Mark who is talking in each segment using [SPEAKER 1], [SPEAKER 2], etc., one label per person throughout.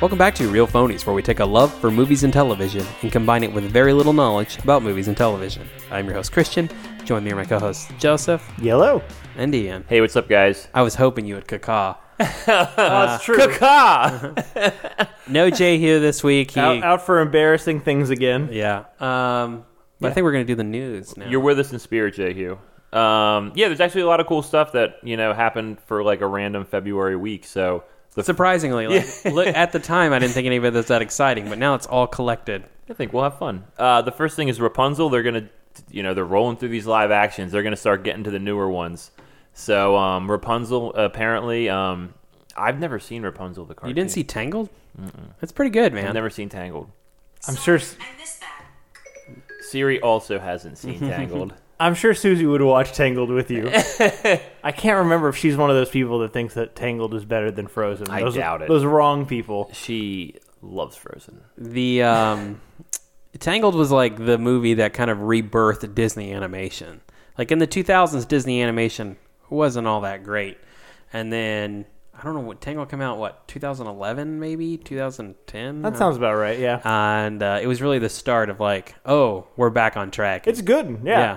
[SPEAKER 1] Welcome back to Real Phonies, where we take a love for movies and television and combine it with very little knowledge about movies and television. I'm your host, Christian. Join me and my co hosts, Joseph
[SPEAKER 2] Yellow.
[SPEAKER 1] and Ian.
[SPEAKER 3] Hey, what's up, guys?
[SPEAKER 1] I was hoping you would caca.
[SPEAKER 2] Oh,
[SPEAKER 3] That's true. Kaka!
[SPEAKER 1] No Jay here this week. He,
[SPEAKER 2] Out, out for embarrassing things again.
[SPEAKER 1] Yeah. Um, but I think we're going to do the news now.
[SPEAKER 3] You're with us in spirit, Jehu. Um, yeah, there's actually a lot of cool stuff that you know happened for like a random February week. So the
[SPEAKER 1] Surprisingly, like, look, at the time, I didn't think any of it was that exciting, but now it's all collected.
[SPEAKER 3] I think we'll have fun. Uh, the first thing is Rapunzel. They're gonna, you know, they're rolling through these live actions. They're gonna start getting to the newer ones. So um, Rapunzel apparently, um, I've never seen Rapunzel the cartoon.
[SPEAKER 1] You didn't see Tangled? That's pretty good, man.
[SPEAKER 3] I've never seen Tangled.
[SPEAKER 2] I'm sure. s-
[SPEAKER 4] I missed that.
[SPEAKER 3] Siri also hasn't seen Tangled.
[SPEAKER 2] I'm sure Susie would watch Tangled with you. I can't remember if she's one of those people that thinks that Tangled is better than Frozen.
[SPEAKER 3] I
[SPEAKER 2] those,
[SPEAKER 3] doubt it.
[SPEAKER 2] Those wrong people.
[SPEAKER 3] She loves Frozen.
[SPEAKER 1] the um, Tangled was like the movie that kind of rebirthed Disney animation. Like in the 2000s, Disney animation wasn't all that great, and then I don't know what Tangled came out what 2011 maybe 2010.
[SPEAKER 2] That sounds about right. Yeah,
[SPEAKER 1] And uh, it was really the start of like, oh, we're back on track.
[SPEAKER 2] it's good. Yeah.
[SPEAKER 1] yeah.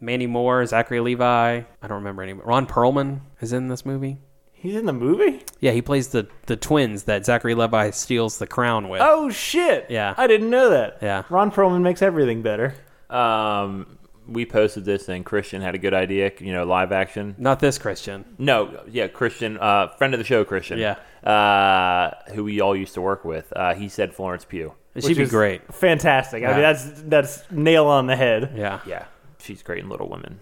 [SPEAKER 1] Mandy Moore, Zachary Levi. I don't remember any. Ron Perlman is in this movie.
[SPEAKER 2] he's in the movie.
[SPEAKER 1] Yeah, he plays the the twins that Zachary Levi steals the crown with.
[SPEAKER 2] Oh shit!
[SPEAKER 1] Yeah.
[SPEAKER 2] I didn't know that.
[SPEAKER 1] Yeah.
[SPEAKER 2] Ron Perlman makes everything better.
[SPEAKER 3] Um, we posted this, and Christian had a good idea. You know, live action.
[SPEAKER 1] Not this Christian.
[SPEAKER 3] No, yeah, Christian, uh, friend of the show, Christian.
[SPEAKER 1] Yeah.
[SPEAKER 3] Uh, who we all used to work with. Uh, he said Florence Pugh.
[SPEAKER 1] She'd be
[SPEAKER 2] is-
[SPEAKER 1] great.
[SPEAKER 2] Fantastic. I mean,
[SPEAKER 1] Yeah.
[SPEAKER 2] that's that's nail on the head.
[SPEAKER 1] Yeah. yeah.
[SPEAKER 3] Yeah, she's great in Little Women.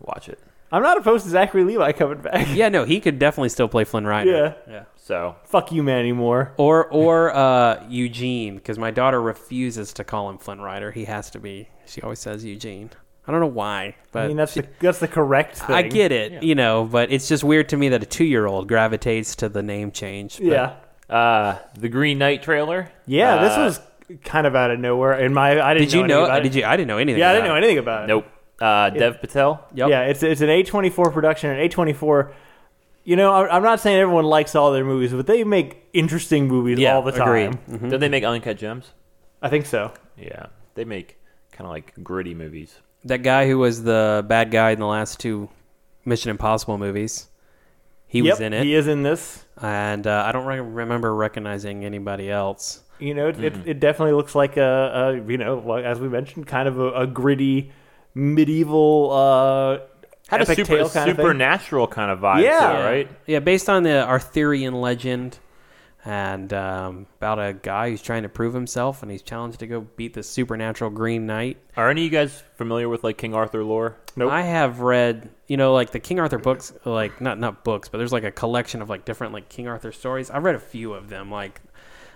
[SPEAKER 3] Watch it.
[SPEAKER 2] I'm not opposed to Zachary Levi coming back.
[SPEAKER 1] no, he could definitely still play Flynn
[SPEAKER 2] yeah.
[SPEAKER 1] Rider. Yeah.
[SPEAKER 3] So
[SPEAKER 2] Fuck you, Manny Moore.
[SPEAKER 1] Or or uh, Eugene, because my daughter refuses to call him Flynn Rider. He has to be. She always says Eugene. I don't know why, but
[SPEAKER 2] I mean, that's the that's the correct thing.
[SPEAKER 1] I get it, you know. But it's just weird to me that a two-year-old gravitates to the name change. but-
[SPEAKER 2] Yeah.
[SPEAKER 3] uh, the Green Knight trailer.
[SPEAKER 2] Yeah,
[SPEAKER 3] Uh,
[SPEAKER 2] this was kind of out of nowhere. In my, I didn't.
[SPEAKER 1] Did you know?
[SPEAKER 2] anything about
[SPEAKER 1] Did
[SPEAKER 2] it.
[SPEAKER 1] you? I didn't know anything.
[SPEAKER 2] Yeah, I
[SPEAKER 1] about
[SPEAKER 2] didn't know
[SPEAKER 1] it.
[SPEAKER 2] anything about it.
[SPEAKER 3] Nope. Uh, Dev Patel.
[SPEAKER 1] Yep.
[SPEAKER 2] Yeah, it's it's an A24 production. And A24, you know, I- I'm not saying everyone likes all their movies, but they make interesting movies
[SPEAKER 1] Yeah,
[SPEAKER 2] all the time.
[SPEAKER 1] agreed.
[SPEAKER 3] Did they make Uncut Gems?
[SPEAKER 2] I think so.
[SPEAKER 3] Yeah, they make kind of like gritty movies.
[SPEAKER 1] That guy who was the bad guy in the last two Mission Impossible movies. He was
[SPEAKER 2] Yep,
[SPEAKER 1] in it,
[SPEAKER 2] He is in this.
[SPEAKER 1] and uh, I don't re- remember recognizing anybody else.
[SPEAKER 2] You know, it,
[SPEAKER 1] Mm-hmm.
[SPEAKER 2] it, it definitely looks like a, a you know, well, as we mentioned, kind of a, a gritty medieval. Uh,
[SPEAKER 3] Had
[SPEAKER 2] epic
[SPEAKER 3] a super
[SPEAKER 2] tale kind of thing.
[SPEAKER 3] supernatural kind of vibe.
[SPEAKER 2] Yeah.
[SPEAKER 3] too, right.
[SPEAKER 1] Yeah, based on the Arthurian legend and um, about a guy who's trying to prove himself and he's challenged to go beat the supernatural Green Knight.
[SPEAKER 3] Are any of you guys familiar with like King Arthur lore?
[SPEAKER 2] Nope.
[SPEAKER 1] I have read, you know, like the King Arthur books, like not not books, but there's like a collection of like different like King Arthur stories. I read a few of them, like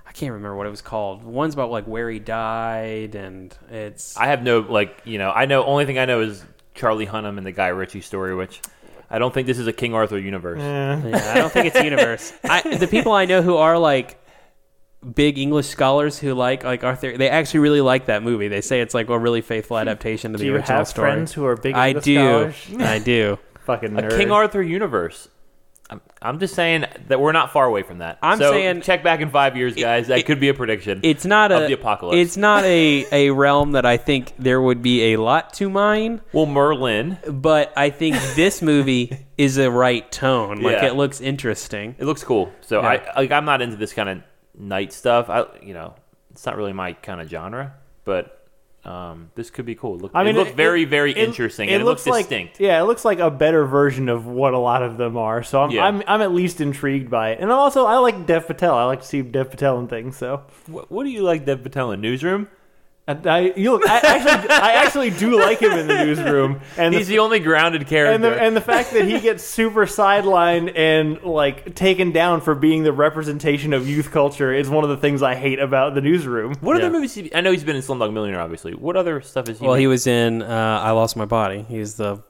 [SPEAKER 1] I can't remember what it was called. One's about like where he died and it's
[SPEAKER 3] I have no like you know I know only thing I know is Charlie Hunnam and the Guy Ritchie story, which I don't think this is a King Arthur universe.
[SPEAKER 1] Yeah, I don't think it's universe. I, the people I know who are like big English scholars who like like Arthur, they actually really like that movie. They say it's like a really faithful adaptation to
[SPEAKER 2] do
[SPEAKER 1] the
[SPEAKER 2] you
[SPEAKER 1] original
[SPEAKER 2] have
[SPEAKER 1] story.
[SPEAKER 2] friends who are big?
[SPEAKER 1] I
[SPEAKER 2] into
[SPEAKER 1] do,
[SPEAKER 2] scholars?
[SPEAKER 1] I do.
[SPEAKER 2] Fucking
[SPEAKER 3] A
[SPEAKER 2] nerd.
[SPEAKER 3] King Arthur universe. I'm, I'm just saying that we're not far away from that.
[SPEAKER 1] I'm
[SPEAKER 3] So
[SPEAKER 1] saying-
[SPEAKER 3] check back in five years, guys. that
[SPEAKER 1] it-
[SPEAKER 3] could be a prediction.
[SPEAKER 1] It's not
[SPEAKER 3] Of
[SPEAKER 1] a
[SPEAKER 3] the apocalypse.
[SPEAKER 1] It's not a a realm that I think there would be a lot to mine,
[SPEAKER 3] well, Merlin.
[SPEAKER 1] but I think this movie is a right tone. Like
[SPEAKER 3] Yeah.
[SPEAKER 1] it looks interesting.
[SPEAKER 3] It looks cool. So
[SPEAKER 1] Yeah.
[SPEAKER 3] I like I'm not into this kind of night stuff. I you know it's not really my kind of genre, but. Um, this could be cool. It looked,
[SPEAKER 2] I mean,
[SPEAKER 3] it looked very, very
[SPEAKER 2] it-
[SPEAKER 3] interesting. and it looked distinct.
[SPEAKER 2] Like, yeah, it looks like a better version of what a lot of them are. So I'm,
[SPEAKER 3] Yeah.
[SPEAKER 2] I'm, I'm at least intrigued by it. And I'm also, I like Dev Patel. I like to see Dev Patel and things. So
[SPEAKER 3] what, what do you like, Dev Patel in Newsroom?
[SPEAKER 2] I, I, you look, I, actually, I actually do like him in the newsroom. And
[SPEAKER 3] He's
[SPEAKER 2] the,
[SPEAKER 3] the only grounded character.
[SPEAKER 2] and the, and the fact that he gets super sidelined and like taken down for being the representation of youth culture is one of the things I hate about the newsroom.
[SPEAKER 3] What
[SPEAKER 1] Yeah.
[SPEAKER 3] other movies? He, I know he's been in Slumdog Millionaire, obviously. What other stuff is he?
[SPEAKER 1] Well, he
[SPEAKER 3] in?
[SPEAKER 1] was in uh, I Lost My Body. He's the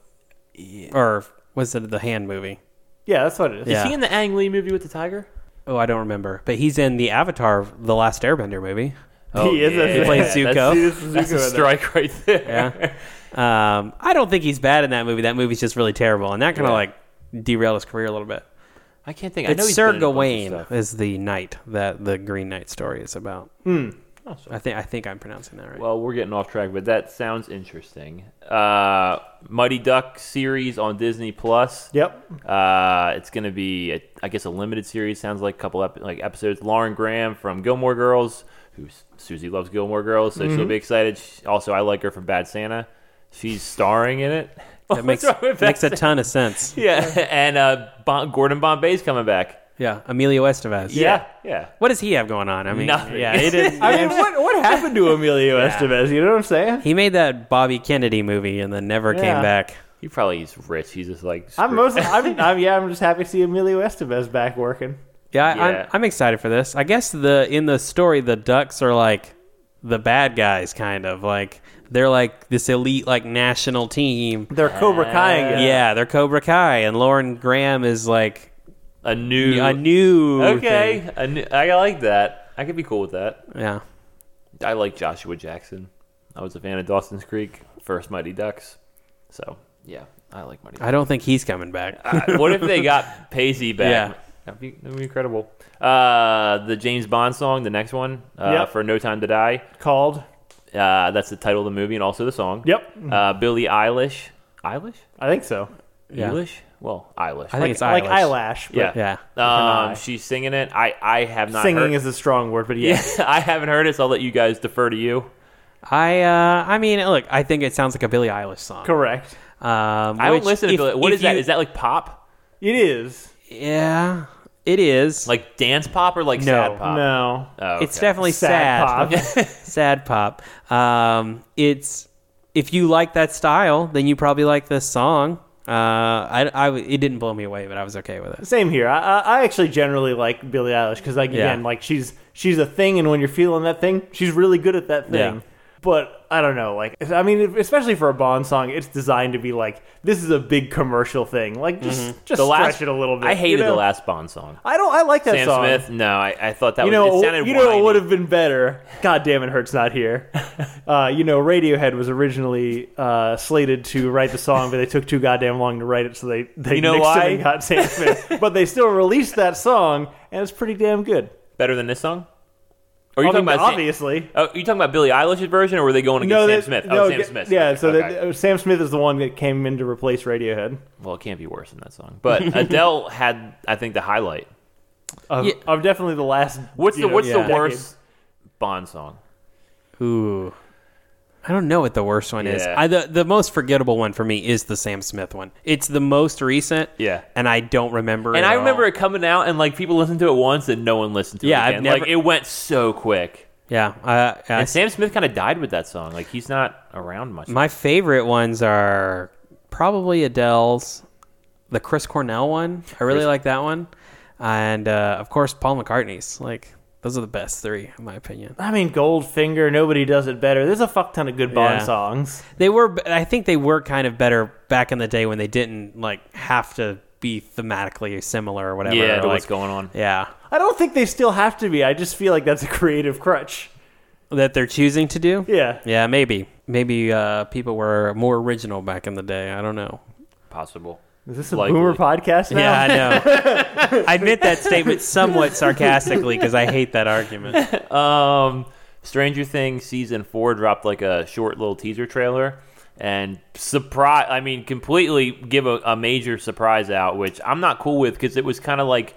[SPEAKER 1] or was it the hand movie?
[SPEAKER 2] Yeah, that's what it is.
[SPEAKER 1] Yeah.
[SPEAKER 3] Is he in the Ang Lee movie with the tiger?
[SPEAKER 1] Oh, I don't remember. But he's in the Avatar, the Last Airbender movie. Oh,
[SPEAKER 2] He is a-
[SPEAKER 1] He plays
[SPEAKER 3] Oh, Yeah,
[SPEAKER 1] Zuko.
[SPEAKER 3] That's, that's a
[SPEAKER 2] Zuko in
[SPEAKER 3] strike right there.
[SPEAKER 1] Yeah. um, I don't think he's bad in that movie. That movie's just really terrible, and that kind of
[SPEAKER 3] Yeah.
[SPEAKER 1] like derailed his career a little bit.
[SPEAKER 3] I can't think. I know
[SPEAKER 1] It's
[SPEAKER 3] he's
[SPEAKER 1] Sir
[SPEAKER 3] been in a bunch of
[SPEAKER 1] Gawain
[SPEAKER 3] stuff.
[SPEAKER 1] is the knight that the Green Knight story is about.
[SPEAKER 3] Oh, so-
[SPEAKER 1] I think I think I'm pronouncing that right.
[SPEAKER 3] Well, we're getting off track, but that sounds interesting. Uh, Mighty Duck series on Disney Plus.
[SPEAKER 2] Yep.
[SPEAKER 3] Uh, it's going to be, a, I guess, a limited series. Sounds like a couple ep- like episodes. Lauren Graham from Gilmore Girls, who S- Susie loves Gilmore Girls, so she'll be excited. She, also, I like her from Bad Santa. She's starring in it.
[SPEAKER 1] that makes makes a ton of sense.
[SPEAKER 3] yeah. And uh, bon- Gordon Bombay's coming back.
[SPEAKER 1] Yeah, Emilio Estevez.
[SPEAKER 3] Yeah, yeah.
[SPEAKER 1] What does he have going on? I mean,
[SPEAKER 3] Nothing.
[SPEAKER 1] yeah, he did.
[SPEAKER 2] I mean, what what happened to Emilio Estevez? You know what I'm saying?
[SPEAKER 1] He made that Bobby Kennedy movie and then never
[SPEAKER 2] Yeah.
[SPEAKER 1] came back.
[SPEAKER 3] He probably is rich. He's just like
[SPEAKER 2] I'm
[SPEAKER 3] screw-
[SPEAKER 2] mostly, I'm, I'm, yeah, I'm just happy to see Emilio Estevez back working.
[SPEAKER 1] Yeah, I,
[SPEAKER 3] Yeah.
[SPEAKER 1] I'm, I'm excited for this. I guess the in the story, the ducks are like the bad guys, kind of like they're like this elite like national team.
[SPEAKER 2] They're Cobra Kaiing
[SPEAKER 1] Yeah,
[SPEAKER 2] it.
[SPEAKER 1] they're Cobra Kai, and Lauren Graham is like
[SPEAKER 3] a new
[SPEAKER 1] a new
[SPEAKER 3] okay. A new, I like that. I could be cool with that.
[SPEAKER 1] thing. Yeah,
[SPEAKER 3] I like Joshua Jackson. I was a fan of Dawson's Creek, first Mighty Ducks. So yeah, I like Mighty. Ducks.
[SPEAKER 1] I don't think he's coming back.
[SPEAKER 3] I- what if they got Paisley back?
[SPEAKER 1] Yeah.
[SPEAKER 3] That'd be, that'd be incredible. Uh, the James Bond song, the next one, uh,
[SPEAKER 2] Yep.
[SPEAKER 3] for No Time to Die.
[SPEAKER 2] Called.
[SPEAKER 3] Uh, that's the title of the movie and also the song.
[SPEAKER 2] Yep.
[SPEAKER 3] Uh, Billie Eilish. Eilish?
[SPEAKER 2] I think so.
[SPEAKER 1] Yeah.
[SPEAKER 3] Eilish? Well, Eilish.
[SPEAKER 1] I think it's
[SPEAKER 2] like
[SPEAKER 1] eyelash.
[SPEAKER 2] eyelash. But
[SPEAKER 3] yeah.
[SPEAKER 1] Yeah.
[SPEAKER 3] Um, she's singing it. I, I have not
[SPEAKER 2] Singing
[SPEAKER 3] heard.
[SPEAKER 2] is a strong word, but yeah.
[SPEAKER 3] yeah, I haven't heard it, so I'll let you guys defer to you.
[SPEAKER 1] I uh, I mean, look, I think it sounds like a Billie Eilish song.
[SPEAKER 2] Correct.
[SPEAKER 1] Um,
[SPEAKER 3] I don't
[SPEAKER 1] which
[SPEAKER 3] listen to
[SPEAKER 1] if-
[SPEAKER 3] Billie. What
[SPEAKER 1] if
[SPEAKER 3] is that?
[SPEAKER 1] you-
[SPEAKER 3] Is that like pop?
[SPEAKER 2] It is.
[SPEAKER 1] Yeah, it is.
[SPEAKER 3] Like dance pop or like sad pop?
[SPEAKER 2] No.
[SPEAKER 3] Oh, okay.
[SPEAKER 1] It's definitely sad.
[SPEAKER 2] Sad
[SPEAKER 1] Sad pop. Um, it's if you like that style, then you probably like this song. Uh, I, I w- it didn't blow me away, but I was okay with it.
[SPEAKER 2] Same here. I, I I actually generally like Billie Eilish because, like,
[SPEAKER 1] Yeah.
[SPEAKER 2] again, like she's she's a thing, and when you're feeling that thing, she's really good at that thing.
[SPEAKER 1] Yeah.
[SPEAKER 2] But I don't know, like, I mean, especially for a Bond song, it's designed to be like this is a big commercial thing. Like, just just
[SPEAKER 3] The
[SPEAKER 2] stretch
[SPEAKER 3] last-
[SPEAKER 2] it a little bit.
[SPEAKER 3] I
[SPEAKER 2] you
[SPEAKER 3] hated
[SPEAKER 2] know?
[SPEAKER 3] the last Bond song.
[SPEAKER 2] I don't. I like that
[SPEAKER 3] Sam
[SPEAKER 2] song.
[SPEAKER 3] Smith. No, I, I thought that
[SPEAKER 2] You
[SPEAKER 3] was.
[SPEAKER 2] know,
[SPEAKER 3] it sounded
[SPEAKER 2] you know,
[SPEAKER 3] whiny.
[SPEAKER 2] it would have been better. God damn it, Hurt's not here. Uh, you know, Radiohead was originally uh, slated to write the song, but they took too goddamn long to write it, so they they
[SPEAKER 3] You know
[SPEAKER 2] nixed
[SPEAKER 3] why?
[SPEAKER 2] it and got Sam Smith. but they still released that song, and it's pretty damn good.
[SPEAKER 3] better than this song. Or are you
[SPEAKER 2] I mean,
[SPEAKER 3] talking about Sam-
[SPEAKER 2] obviously?
[SPEAKER 3] Oh, you talking about Billie Eilish's version, or were they going to get Sam
[SPEAKER 2] that-
[SPEAKER 3] Smith?
[SPEAKER 2] no,
[SPEAKER 3] oh, Sam
[SPEAKER 2] get-
[SPEAKER 3] Smith.
[SPEAKER 2] Yeah,
[SPEAKER 3] Okay,
[SPEAKER 2] so
[SPEAKER 3] okay.
[SPEAKER 2] That, uh, Sam Smith is the one that came in to replace Radiohead
[SPEAKER 3] well, it can't be worse than that song. But Adele had, I think, the highlight.
[SPEAKER 2] of,
[SPEAKER 1] Yeah.
[SPEAKER 2] of definitely the last.
[SPEAKER 3] What's
[SPEAKER 2] you
[SPEAKER 3] the
[SPEAKER 2] know,
[SPEAKER 3] What's the
[SPEAKER 2] decade.
[SPEAKER 3] worst Bond song?
[SPEAKER 1] Ooh, I don't know what the worst one is.
[SPEAKER 3] Yeah.
[SPEAKER 1] I, the the most forgettable one for me is the Sam Smith one. It's the most recent.
[SPEAKER 3] Yeah.
[SPEAKER 1] and I don't remember.
[SPEAKER 3] And
[SPEAKER 1] it
[SPEAKER 3] I
[SPEAKER 1] at
[SPEAKER 3] remember
[SPEAKER 1] all.
[SPEAKER 3] it coming out, and like people listened to it once, and no one listened to
[SPEAKER 1] Yeah, I've
[SPEAKER 3] it again.
[SPEAKER 1] never-
[SPEAKER 3] Like it went so quick.
[SPEAKER 1] Yeah, uh, I,
[SPEAKER 3] And Sam Smith kind of died with that song. Like he's not around much.
[SPEAKER 1] My favorite ones are probably Adele's, the Chris Cornell one. I really like that one, and uh, of course Paul McCartney's. Like those are the best three, in my opinion.
[SPEAKER 2] I mean, Goldfinger. Nobody does it better. There's a fuck ton of good Bond
[SPEAKER 1] Yeah.
[SPEAKER 2] songs.
[SPEAKER 1] They were, I think they were kind of better back in the day when they didn't like have to be thematically similar or whatever.
[SPEAKER 3] yeah,
[SPEAKER 1] or,
[SPEAKER 3] to what's
[SPEAKER 1] like-
[SPEAKER 3] going on?
[SPEAKER 1] Yeah,
[SPEAKER 2] I don't think they still have to be. I just feel like that's a creative crutch.
[SPEAKER 1] that they're choosing to do.
[SPEAKER 2] Yeah.
[SPEAKER 1] Yeah, maybe, maybe uh, people were more original back in the day. I don't know.
[SPEAKER 3] Possible.
[SPEAKER 2] Is this a
[SPEAKER 3] Likely.
[SPEAKER 2] boomer podcast now?
[SPEAKER 1] Yeah, I know. I admit that statement somewhat sarcastically because I hate that argument.
[SPEAKER 3] Um, Stranger Things season four dropped like a short little teaser trailer and surprise. I mean, completely give a, a major surprise out, which I'm not cool with because it was kind of like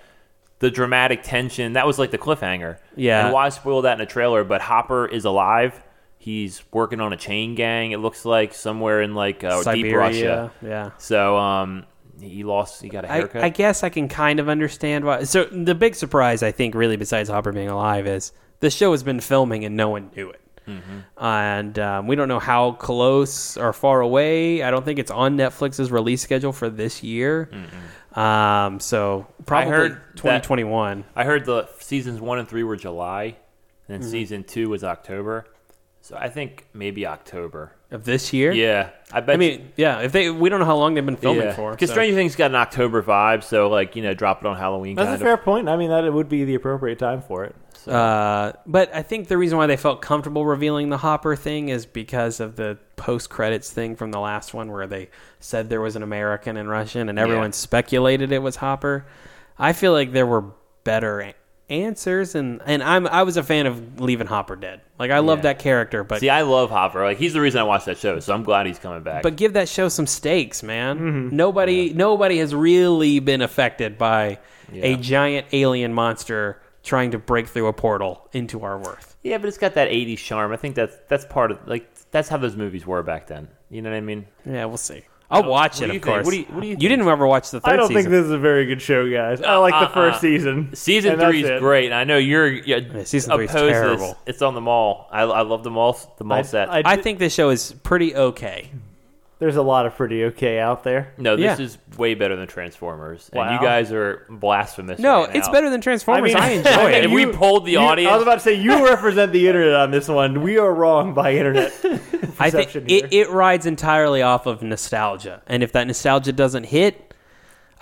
[SPEAKER 3] the dramatic tension that was like the cliffhanger.
[SPEAKER 1] Yeah.
[SPEAKER 3] and why spoil that in a trailer? But Hopper is alive. He's working on a chain gang. It looks like somewhere in like uh, deep Russia.
[SPEAKER 1] Yeah.
[SPEAKER 3] So um, he lost. He got a
[SPEAKER 1] I,
[SPEAKER 3] haircut.
[SPEAKER 1] I guess I can kind of understand why. So the big surprise, I think, really, besides Hopper being alive, is the show has been filming and no one knew it.
[SPEAKER 3] Mm-hmm.
[SPEAKER 1] And um, we don't know how close or far away. I don't think it's on Netflix's release schedule for this year. Um, so probably
[SPEAKER 3] heard that-
[SPEAKER 1] 2021.
[SPEAKER 3] I heard the seasons one and three were July, and then season two was October. So I think maybe October.
[SPEAKER 1] of this year.
[SPEAKER 3] Yeah, I bet.
[SPEAKER 1] I mean, yeah. If they, we don't know how long they've been filming for.
[SPEAKER 3] because
[SPEAKER 1] so-
[SPEAKER 3] Stranger Things got an October vibe, so like you know, drop it on Halloween.
[SPEAKER 2] That's
[SPEAKER 3] kind
[SPEAKER 2] a
[SPEAKER 3] of.
[SPEAKER 2] fair point. I mean, that it would be the appropriate time for it.
[SPEAKER 1] Uh, but I think the reason why they felt comfortable revealing the Hopper thing is because of the post credits thing from the last one where they said there was an American and Russian and everyone speculated it was Hopper. I feel like there were better a- answers, and and I'm I was a fan of leaving Hopper dead. Like I love that character, but
[SPEAKER 3] See, I love Hopper. Like he's the reason I watched that show, so I'm glad he's coming back.
[SPEAKER 1] but give that show some stakes, man.
[SPEAKER 3] Mm-hmm.
[SPEAKER 1] Nobody nobody has really been affected by a giant alien monster trying to break through a portal into our worth.
[SPEAKER 3] yeah, but it's got that '80s charm. I think that's that's part of like that's how those movies were back then. You know what I mean?
[SPEAKER 1] Yeah, we'll see. I'll watch
[SPEAKER 3] what
[SPEAKER 1] it,
[SPEAKER 3] do you
[SPEAKER 1] of
[SPEAKER 3] think?
[SPEAKER 1] course.
[SPEAKER 3] What do you- what do you think?
[SPEAKER 1] didn't ever watch the third
[SPEAKER 2] I don't
[SPEAKER 1] season.
[SPEAKER 2] think this is a very good show, guys. I like
[SPEAKER 3] Uh,
[SPEAKER 2] the first
[SPEAKER 3] uh.
[SPEAKER 2] season.
[SPEAKER 3] Season
[SPEAKER 2] and that's
[SPEAKER 3] three is
[SPEAKER 2] it.
[SPEAKER 3] great. and I know you're, you
[SPEAKER 1] season three is
[SPEAKER 3] oppose this.
[SPEAKER 1] terrible.
[SPEAKER 3] It's on the mall. I, I love the mall. The mall
[SPEAKER 2] I-
[SPEAKER 3] set.
[SPEAKER 2] I-
[SPEAKER 1] I think this show is pretty okay.
[SPEAKER 2] There's a lot of pretty okay out there.
[SPEAKER 3] no, this
[SPEAKER 1] yeah.
[SPEAKER 3] is way better than Transformers. And
[SPEAKER 2] Wow.
[SPEAKER 3] you guys are blasphemous.
[SPEAKER 1] No,
[SPEAKER 3] right
[SPEAKER 1] it's
[SPEAKER 3] now.
[SPEAKER 1] better than Transformers. I,
[SPEAKER 2] I mean-
[SPEAKER 1] enjoy
[SPEAKER 3] I mean,
[SPEAKER 1] it.
[SPEAKER 3] if we polled the
[SPEAKER 2] you-
[SPEAKER 3] audience,
[SPEAKER 2] I was about to say you represent the internet on this one. We are wrong by internet.
[SPEAKER 1] I think
[SPEAKER 2] perception
[SPEAKER 1] it, it rides entirely off of nostalgia, and if that nostalgia doesn't hit,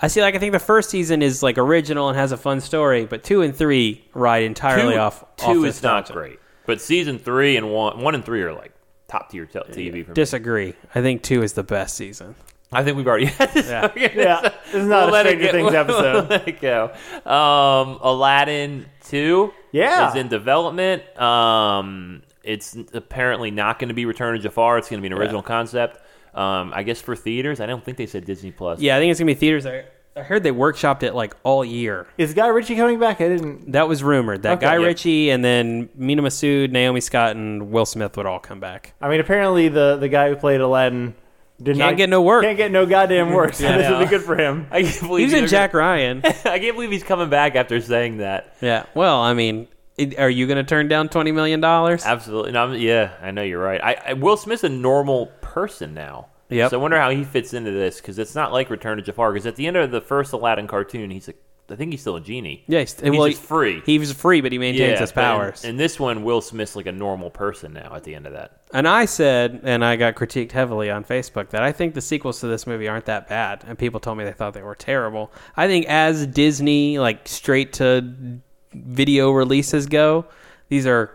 [SPEAKER 1] I see. Like I think the first season is like original and has a fun story, but two and three ride entirely
[SPEAKER 3] two,
[SPEAKER 1] off.
[SPEAKER 3] Two
[SPEAKER 1] off
[SPEAKER 3] is not
[SPEAKER 1] nostalgia.
[SPEAKER 3] great, but season three and one, one and three are like top tier tel- TV for me.
[SPEAKER 1] Disagree. I think two is the best season.
[SPEAKER 3] I think we've already had this.
[SPEAKER 1] Yeah.
[SPEAKER 2] Yeah, this is not
[SPEAKER 3] We'll
[SPEAKER 2] a
[SPEAKER 3] let it
[SPEAKER 2] Stranger
[SPEAKER 3] go-
[SPEAKER 2] Things
[SPEAKER 3] We'll
[SPEAKER 2] episode.
[SPEAKER 3] let it go. Um, Aladdin two,
[SPEAKER 2] Yeah.
[SPEAKER 3] is in development. Um, it's apparently not going to be Return of Jafar. It's going to be an original concept. Um, I guess for theaters. I don't think they said Disney Plus.
[SPEAKER 1] Yeah, I think it's gonna be theaters. I, I heard they workshopped it like all year.
[SPEAKER 2] Is Guy Ritchie coming back? I didn't.
[SPEAKER 1] That was rumored. That
[SPEAKER 2] Okay.
[SPEAKER 1] Guy
[SPEAKER 2] Yeah.
[SPEAKER 1] Ritchie and then Mina Masood, Naomi Scott, and Will Smith would all come back.
[SPEAKER 2] I mean, apparently the the guy who played Aladdin did
[SPEAKER 1] Can't
[SPEAKER 2] not
[SPEAKER 1] get no work.
[SPEAKER 2] Can't get no goddamn work. So
[SPEAKER 3] Yeah, I
[SPEAKER 2] this
[SPEAKER 3] know.
[SPEAKER 2] would be good for him.
[SPEAKER 3] I can't believe
[SPEAKER 1] He was
[SPEAKER 3] they're
[SPEAKER 1] in Jack Ryan.
[SPEAKER 3] gonna- I can't believe he's coming back after saying that.
[SPEAKER 1] yeah. Well, I mean, it- are you gonna turn down twenty million dollars?
[SPEAKER 3] Absolutely. No, I'm- yeah, I know you're right. I, I Will Smith's a normal person now.
[SPEAKER 1] Yep.
[SPEAKER 3] So I wonder how he fits into this because it's not like Return of Jafar. Because at the end of the first Aladdin cartoon, he's a, I think he's still a genie.
[SPEAKER 1] Yeah, he's,
[SPEAKER 3] he's
[SPEAKER 1] well,
[SPEAKER 3] just free.
[SPEAKER 1] He was free, but he maintains his
[SPEAKER 3] but in-
[SPEAKER 1] powers.
[SPEAKER 3] In,
[SPEAKER 1] And,
[SPEAKER 3] this one, Will Smith's like a normal person now. At the end of that,
[SPEAKER 1] I said, and I got critiqued heavily on Facebook that I think the sequels to this movie aren't that bad, and people told me they thought they were terrible. I think as Disney like straight to video releases go, these are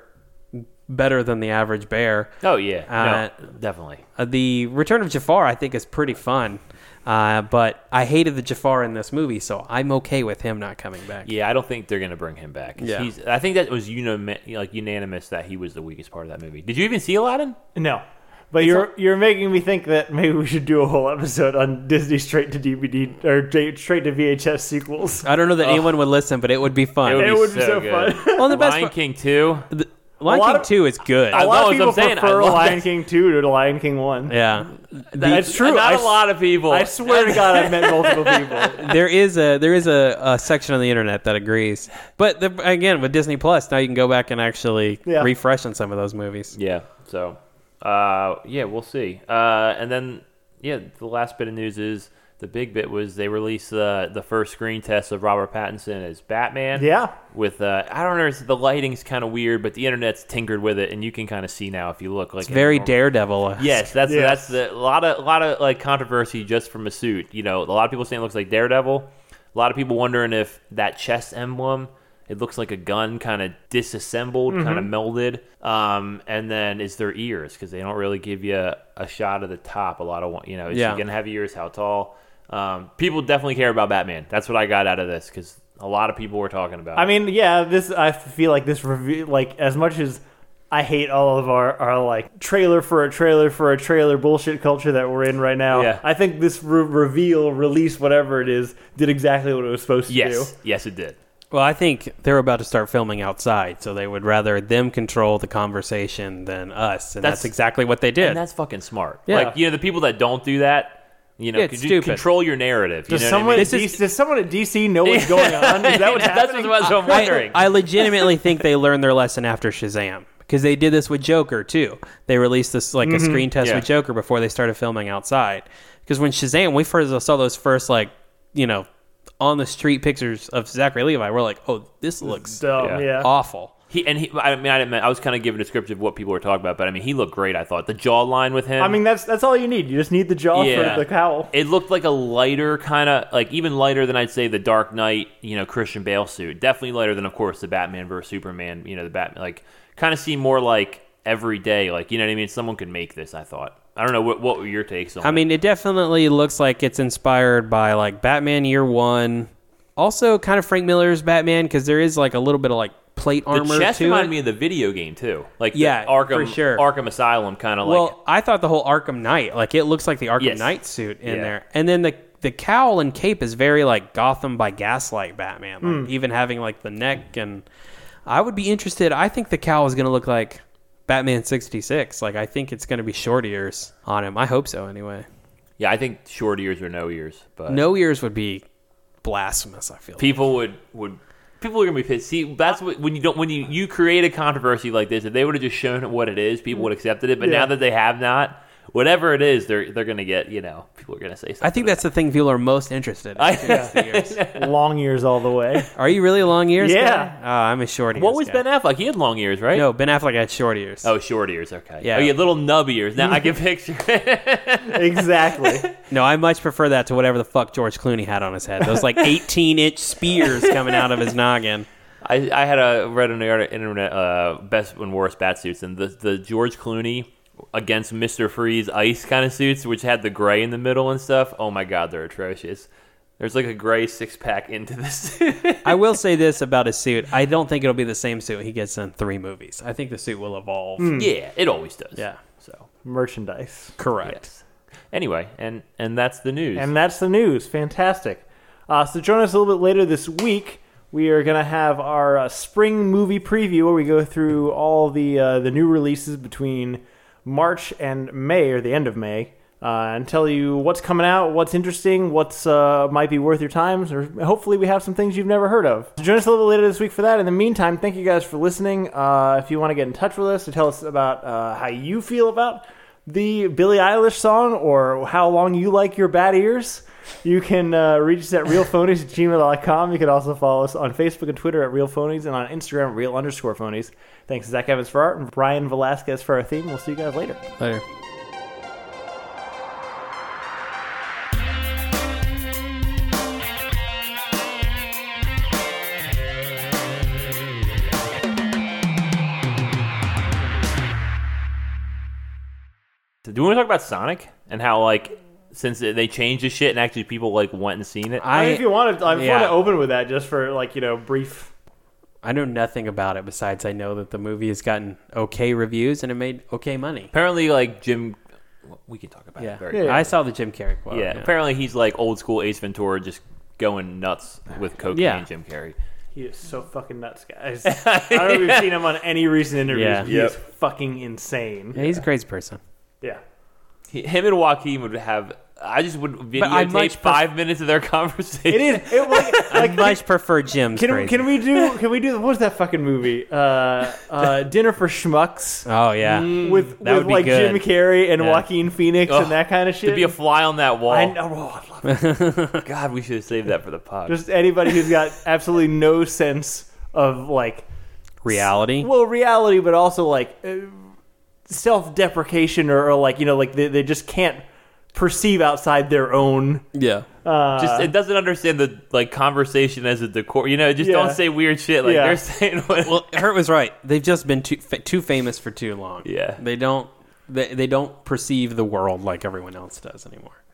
[SPEAKER 1] better than the average bear.
[SPEAKER 3] oh yeah,
[SPEAKER 1] Uh,
[SPEAKER 3] no, definitely.
[SPEAKER 1] Uh, the Return of Jafar, I think, is pretty fun. Uh, but I hated the Jafar in this movie, so I'm okay with him not coming back.
[SPEAKER 3] Yeah, I don't think they're gonna bring him back.
[SPEAKER 1] Yeah.
[SPEAKER 3] He's, I think that was unanimous, like unanimous that he was the weakest part of that movie. Did you even see Aladdin?
[SPEAKER 2] No. But you're you're making me think that maybe we should do a whole episode on Disney straight to DVD or d- straight to VHS sequels.
[SPEAKER 1] I don't know that anyone would listen, but it would be fun.
[SPEAKER 2] It would be so fun.
[SPEAKER 1] Well, the best
[SPEAKER 3] Lion
[SPEAKER 1] part-
[SPEAKER 3] King two.
[SPEAKER 1] The- Lion
[SPEAKER 2] lot
[SPEAKER 1] King
[SPEAKER 2] of-
[SPEAKER 1] 2 is good.
[SPEAKER 2] A
[SPEAKER 3] I-
[SPEAKER 2] lot
[SPEAKER 3] know, that's
[SPEAKER 2] of
[SPEAKER 3] what
[SPEAKER 2] people
[SPEAKER 3] I'm saying. I
[SPEAKER 2] prefer
[SPEAKER 3] love
[SPEAKER 2] Lion
[SPEAKER 3] that.
[SPEAKER 2] King two to Lion King one.
[SPEAKER 1] yeah.
[SPEAKER 2] That's true.
[SPEAKER 3] Not
[SPEAKER 2] I
[SPEAKER 3] a lot of people.
[SPEAKER 2] I swear to God, I've met multiple people.
[SPEAKER 1] there is a there is a, a section on the internet that agrees. But the, again, with Disney Plus, now you can go back and actually
[SPEAKER 2] Yeah.
[SPEAKER 1] refresh on some of those movies.
[SPEAKER 3] Yeah. So, uh, yeah, we'll see. Uh, and then, yeah, the last bit of news is the big bit was they released uh, the first screen test of Robert Pattinson as Batman.
[SPEAKER 2] Yeah.
[SPEAKER 3] With uh, I don't know, it's, the lighting's kind of weird, but the internet's tinkered with it, and you can kind of see now if you look like
[SPEAKER 1] It's very daredevil.
[SPEAKER 3] Yes, that's that's
[SPEAKER 2] Yes.
[SPEAKER 3] the, a lot of a lot of like controversy just from a suit. You know, a lot of people saying it looks like Daredevil. A lot of people wondering if that chest emblem it looks like a gun, kind of disassembled, kind
[SPEAKER 2] Mm-hmm.
[SPEAKER 3] of melded. Um, and then is their ears because they don't really give you a, a shot of the top. A lot of one- you know, is
[SPEAKER 1] Yeah.
[SPEAKER 3] he gonna have ears? How tall? Um, people definitely care about Batman. That's what I got out of this because a lot of people were talking about.
[SPEAKER 2] I
[SPEAKER 3] it.
[SPEAKER 2] mean, yeah, this I feel like this review, like as much as I hate all of our, our like trailer for a trailer for a trailer bullshit culture that we're in right now.
[SPEAKER 3] Yeah.
[SPEAKER 2] I think this re- reveal, release, whatever it is, did exactly what it was supposed to
[SPEAKER 3] yes,
[SPEAKER 2] do.
[SPEAKER 3] yes, it did.
[SPEAKER 1] Well, I think they're about to start filming outside, so they would rather them control the conversation than us, and that's,
[SPEAKER 3] That's-
[SPEAKER 1] exactly what they did.
[SPEAKER 3] And that's fucking smart.
[SPEAKER 1] Yeah.
[SPEAKER 3] Like, you know, the people that don't do that, you know,
[SPEAKER 1] Yeah, it's
[SPEAKER 3] could you
[SPEAKER 1] stupid.
[SPEAKER 3] control your narrative. You
[SPEAKER 2] Does
[SPEAKER 3] know
[SPEAKER 2] someone,
[SPEAKER 3] what I mean?
[SPEAKER 2] at DC, does someone at DC know what's going on? Is that what's
[SPEAKER 3] That's
[SPEAKER 2] happening?
[SPEAKER 3] what I'm
[SPEAKER 1] I,
[SPEAKER 3] wondering.
[SPEAKER 1] I legitimately think they learned their lesson after Shazam because they did this with Joker too. They released this like a screen test
[SPEAKER 3] Mm-hmm. Yeah.
[SPEAKER 1] with Joker before they started filming outside. Because when Shazam, we first saw those first like you know on the street pictures of Zachary Levi, we're like, oh, this looks
[SPEAKER 2] Dumb,
[SPEAKER 3] Yeah.
[SPEAKER 2] yeah.
[SPEAKER 1] awful.
[SPEAKER 3] he, and he, I mean, I, didn't, I was kind of giving a descriptive of what people were talking about, but I mean, he looked great, I thought. The jawline with him.
[SPEAKER 2] I mean, that's that's all you need. You just need the jaw
[SPEAKER 3] yeah.
[SPEAKER 2] for the cowl.
[SPEAKER 3] It looked like a lighter kind of, like even lighter than I'd say the Dark Knight, you know, Christian Bale suit. Definitely lighter than, of course, the Batman versus Superman, you know, the Batman. Like, kind of seemed more like every day. Like, you know what I mean? Someone could make this, I thought. I don't know. What, what were your takes on
[SPEAKER 1] I
[SPEAKER 3] it?
[SPEAKER 1] mean, it definitely looks like it's inspired by like Batman Year One, Also, kind of Frank Miller's Batman because there is like a little bit of like plate armor
[SPEAKER 3] the chest
[SPEAKER 1] to
[SPEAKER 3] reminded
[SPEAKER 1] it.
[SPEAKER 3] me of the video game too, like the
[SPEAKER 1] Yeah,
[SPEAKER 3] Arkham
[SPEAKER 1] for sure.
[SPEAKER 3] Arkham Asylum kind of
[SPEAKER 1] well,
[SPEAKER 3] like
[SPEAKER 1] I thought the whole Arkham Knight, like it looks like the Arkham
[SPEAKER 3] Yes.
[SPEAKER 1] Knight suit in
[SPEAKER 3] Yeah.
[SPEAKER 1] there, and then the the cowl and cape is very like Gotham by Gaslight Batman, like,
[SPEAKER 3] Hmm.
[SPEAKER 1] even having like the neck and. I would be interested. I think the cowl is going to look like Batman sixty six. Like I think it's going to be short ears on him. I hope so. Anyway,
[SPEAKER 3] yeah, I think short ears or no ears, but
[SPEAKER 1] no ears would be blasphemous. I feel.
[SPEAKER 3] people would would people are gonna be pissed. See, that's what when you don't when you you create a controversy like this. If they would have just shown it what it is, people would have accepted it. But
[SPEAKER 2] Yeah.
[SPEAKER 3] now that they have not, whatever it is, they're they're gonna get you know people are gonna say something.
[SPEAKER 1] I think that's the thing people are most interested. in.
[SPEAKER 3] I-
[SPEAKER 1] is the ears.
[SPEAKER 2] Long ears all the way.
[SPEAKER 1] Are you really long ears?
[SPEAKER 2] Yeah.
[SPEAKER 1] guy? Oh, I'm a short ears.
[SPEAKER 3] what was
[SPEAKER 1] guy.
[SPEAKER 3] Ben Affleck? He had long ears, right?
[SPEAKER 1] No, Ben Affleck had short ears.
[SPEAKER 3] Oh, short ears. Okay.
[SPEAKER 1] Yeah.
[SPEAKER 3] Oh, yeah, little nub ears. Now I can picture it.
[SPEAKER 2] exactly.
[SPEAKER 1] No, I much prefer that to whatever the fuck George Clooney had on his head. Those like 18 inch spears coming out of his noggin.
[SPEAKER 3] I, I had a read on the internet uh, best and worst bat suits, and the the George Clooney against Mister Freeze ice kind of suits, which had the gray in the middle and stuff. Oh my god, they're atrocious. There's like a gray six pack into this.
[SPEAKER 1] I will say this about his suit. I don't think it'll be the same suit he gets in three movies. I think the suit will evolve.
[SPEAKER 2] Hmm.
[SPEAKER 3] yeah, it always does.
[SPEAKER 1] Yeah.
[SPEAKER 3] So
[SPEAKER 2] Merchandise.
[SPEAKER 1] Correct.
[SPEAKER 3] yes. Anyway, and and that's the news.
[SPEAKER 2] And that's the news. Fantastic. Uh, so join us a little bit later this week. We are going to have our uh, spring movie preview where we go through all the uh, the new releases between March and May or the end of May. Uh, and tell you what's coming out, what's interesting, what's uh, might be worth your time, or hopefully we have some things you've never heard of. So join us a little bit later this week for that. In the meantime, thank you guys for listening. Uh, if you want to get in touch with us to tell us about uh, how you feel about the Billie Eilish song or how long you like your bad ears, you can uh, reach us at realphonies at gmail.com. You can also follow us on Facebook and Twitter at realphonies and on Instagram, real underscore phonies. Thanks to Zach Evans for art and Brian Velasquez for our theme. We'll see you guys later.
[SPEAKER 1] Later.
[SPEAKER 3] Do you want to talk about Sonic and how like since they changed the shit and actually people like went and seen it?
[SPEAKER 1] I,
[SPEAKER 2] I mean, if you want to, I
[SPEAKER 1] yeah.
[SPEAKER 2] want to open with that just for like, you know, brief.
[SPEAKER 1] I know nothing about it besides I know that the movie has gotten okay reviews and it made okay money.
[SPEAKER 3] Apparently, like Jim, we can talk about
[SPEAKER 1] Yeah.
[SPEAKER 3] it. Very
[SPEAKER 2] Yeah.
[SPEAKER 1] I saw the Jim Carrey quote.
[SPEAKER 3] yeah, apparently he's like old school Ace Ventura, just going nuts with cocaine
[SPEAKER 1] Yeah.
[SPEAKER 3] and Jim Carrey.
[SPEAKER 2] He is so fucking nuts, guys. I don't know if you've seen him on any recent interviews.
[SPEAKER 1] Yeah.
[SPEAKER 2] but He
[SPEAKER 3] Yep.
[SPEAKER 2] is fucking insane.
[SPEAKER 1] Yeah, he's a crazy person.
[SPEAKER 2] Yeah.
[SPEAKER 3] He, him and Joaquin would have. I just would
[SPEAKER 1] I
[SPEAKER 3] videotape
[SPEAKER 1] much pref-
[SPEAKER 3] five minutes of their conversation.
[SPEAKER 2] It is. It, like,
[SPEAKER 1] I much prefer Jim's
[SPEAKER 2] Can,
[SPEAKER 1] crazy.
[SPEAKER 2] can we do? Can we do? What was that fucking movie? Uh, uh, Dinner for Schmucks
[SPEAKER 1] oh, yeah.
[SPEAKER 2] with
[SPEAKER 1] that
[SPEAKER 2] with
[SPEAKER 1] would be
[SPEAKER 2] like
[SPEAKER 1] good.
[SPEAKER 2] Jim Carrey and
[SPEAKER 1] Yeah.
[SPEAKER 2] Joaquin Phoenix
[SPEAKER 3] Ugh,
[SPEAKER 2] and that kind of shit.
[SPEAKER 3] to be a fly on that wall.
[SPEAKER 2] I know. oh, I'd love it.
[SPEAKER 3] God, we should have saved that for the pod.
[SPEAKER 2] Just anybody who's got absolutely no sense of like
[SPEAKER 1] Reality.
[SPEAKER 2] well reality, but also like uh, self-deprecation or, or like you know like they, they just can't perceive outside their own.
[SPEAKER 1] yeah.
[SPEAKER 2] Uh,
[SPEAKER 3] Just- it doesn't understand the like conversation as a decor. You know, just
[SPEAKER 2] Yeah.
[SPEAKER 3] don't say weird shit like
[SPEAKER 2] Yeah.
[SPEAKER 3] they're saying.
[SPEAKER 1] Well, Hurt was right. They've just been too fa- too famous for too long.
[SPEAKER 3] Yeah.
[SPEAKER 1] they don't they, they don't perceive the world like everyone else does anymore.